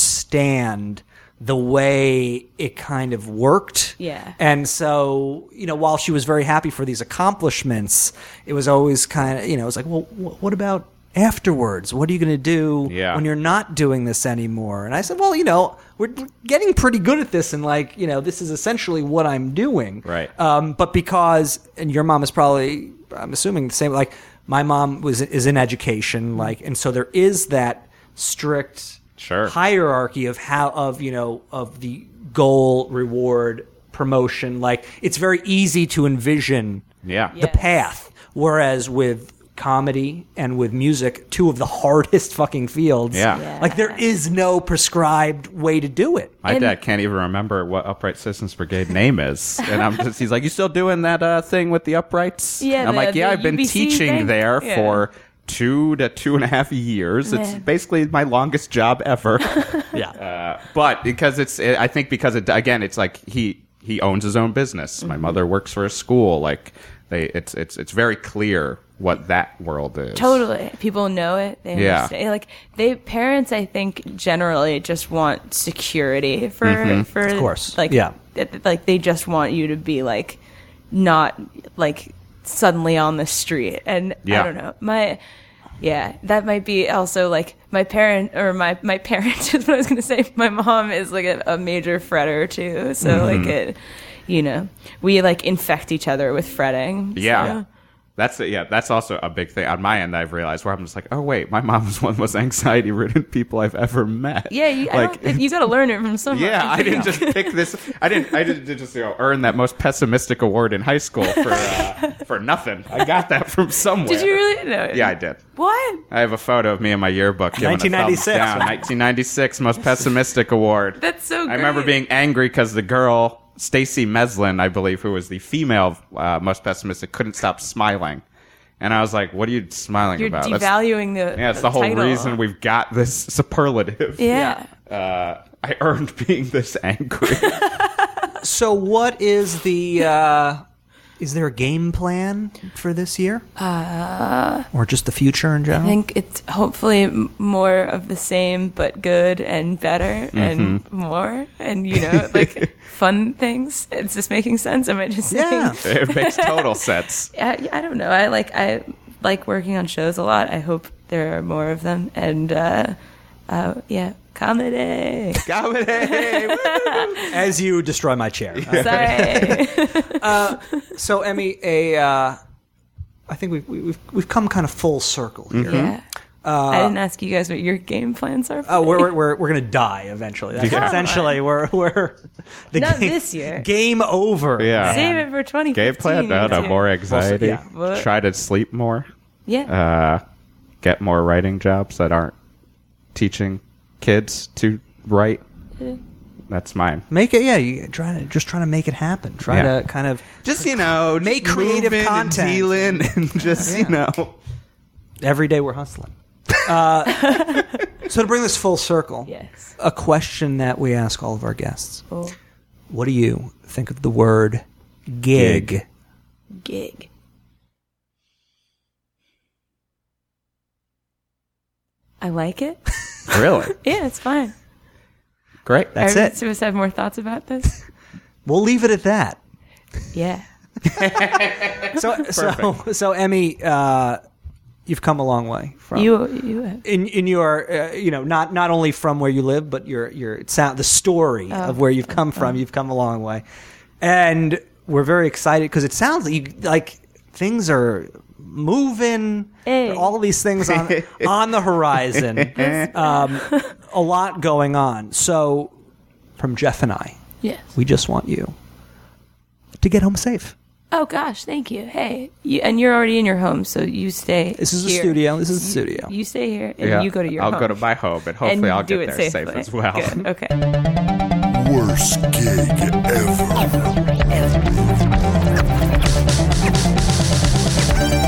understand the way it kind of worked.
Yeah.
And so, you know, while she was very happy for these accomplishments, it was always kind of, you know, it was like, well, wh- what about afterwards? What are you going to do
Yeah.
when you're not doing this anymore? And I said, well, you know, we're we're getting pretty good at this, and like, you know, this is essentially what I'm doing.
Right.
Um, but because, and your mom is probably, I'm assuming the same. Like, my mom was is in education, like, and so there is that strict
Sure.
hierarchy of how of you know of the goal reward promotion like it's very easy to envision
yeah.
Yeah.
the path whereas with comedy and with music two of the [laughs] hardest fucking fields
Yeah. Yeah.
like there is no prescribed way to do it
My
And-
dad can't even remember what Upright Citizens Brigade name is, and I'm just he's like, "You still doing that uh, thing with the uprights?"
Yeah,
And I'm
the-
like, "Yeah,
the
I've been
UBC
teaching
thing?
there
Yeah.
for two to two and a half years. It's
Man.
basically my longest job
[laughs]
ever."
yeah
Uh, but because it's, I think because it again, it's like he he owns his own business.
Mm-hmm.
My mother works for a school. Like they, it's it's it's very clear what that world is.
Totally. People know it. They
Yeah.
understand. Like they parents I think generally just want security for
Mm-hmm.
for of
course.
Like
Yeah.
th- like they just want you to be like not like suddenly on the street and
Yeah.
I don't know. My yeah, that might be also like my parent or my [laughs] my parent is what I was going to say. My mom is like a, a major fretter too.
Mm-hmm.
So like it you know, we like infect each other with fretting.
Yeah.
so-
That's yeah. That's also a big thing on my end. I've realized where I'm just like, oh wait, my mom was one of the most anxiety-ridden people I've ever met.
Yeah, you, I
like
don't think- you got to learn it from someone.
[laughs] yeah, I
[laughs]
didn't just pick this. I didn't. I didn't just you know, earn that most pessimistic award in high school for
[laughs]
uh, for nothing. I got that from somewhere.
Did you really? No.
Yeah, I did.
What?
I have a photo of me in my yearbook. giving a thumbs
1996,
down.
wow.
1996 most pessimistic award.
[laughs] That's so
I remember
great.
being angry because the girl Stacy Meslin, I believe, who was the female uh, most pessimistic, couldn't stop smiling, and I was like, "What are you smiling
You're
about?" That's-
devaluing the.
yeah, it's the whole
title.
reason we've got this [laughs] superlative.
Yeah.
Uh, I earned being this
[laughs]
angry.
So, what is the? Uh, is there a game plan for this year, uh, or just the future in general?
I think it's hopefully m- more of the same, but good and better
Mm-hmm.
and more and you know
[laughs]
like fun things. Is this making sense? Am I just
Yeah.
saying?
it makes total sense.
I, I don't know. I like I like working on shows a lot. I hope there are more of them. And uh, uh, yeah,
[laughs]
comedy.
Comedy!
As you destroy
[laughs]
my chair. Uh,
Sorry.
so, Emmy, a. Uh, I think we've, we've we've come kind of full circle
Mm-hmm.
here.
yeah. I didn't ask you guys what your game plans are. For
Uh, Oh, we're, we're, we're, we're going to die eventually. That's
Yeah.
essentially we're we're the
Not
game,
this year.
Game over.
Yeah.
Save it for 2015.
Game plan? No, no, more anxiety.
yeah.
What?
Try to sleep more.
Yeah.
Uh, get more writing jobs that aren't teaching kids to write.
Mm-hmm.
That's mine.
Make it. Yeah, you try to just trying to make it happen. Try
Yeah.
to kind of
Just you know,
Make
just
creative
moving
content.
and dealing, and [laughs] just you know.
every day we're hustling. Uh, [laughs] so to bring this full circle,
yes.
a question that we ask all of our guests:
Oh,
What do you think of the word gig?
Gig.
gig. I
[laughs]
like it.
Really
Yeah, it's fine.
great.
That's
I
it.
Supposed to have more thoughts about
[laughs]
this.
We'll leave it at that.
Yeah.
So so so Emmy, uh, you've come a long way from
You. You. Have.
in in your uh, you know not not only from where you live but your your sound the story
Oh,
of where you've come from you've come a long way and we're very excited because it sounds like, you, like things are moving
Hey.
all of these things
[laughs]
on on the horizon um, a lot going on so from Jeff and I
Yes.
we just want you to get home safe
Oh gosh, thank you. Hey, you, and you're already in your home, so you stay.
this is the
here.
studio this is the studio
You stay here, and
Yeah,
you go to your
I'll
home.
go to my home, and
and
hopefully I'll
do
get
it
there
safely.
safe as well. [laughs]
Good. Okay.
Worst gig ever.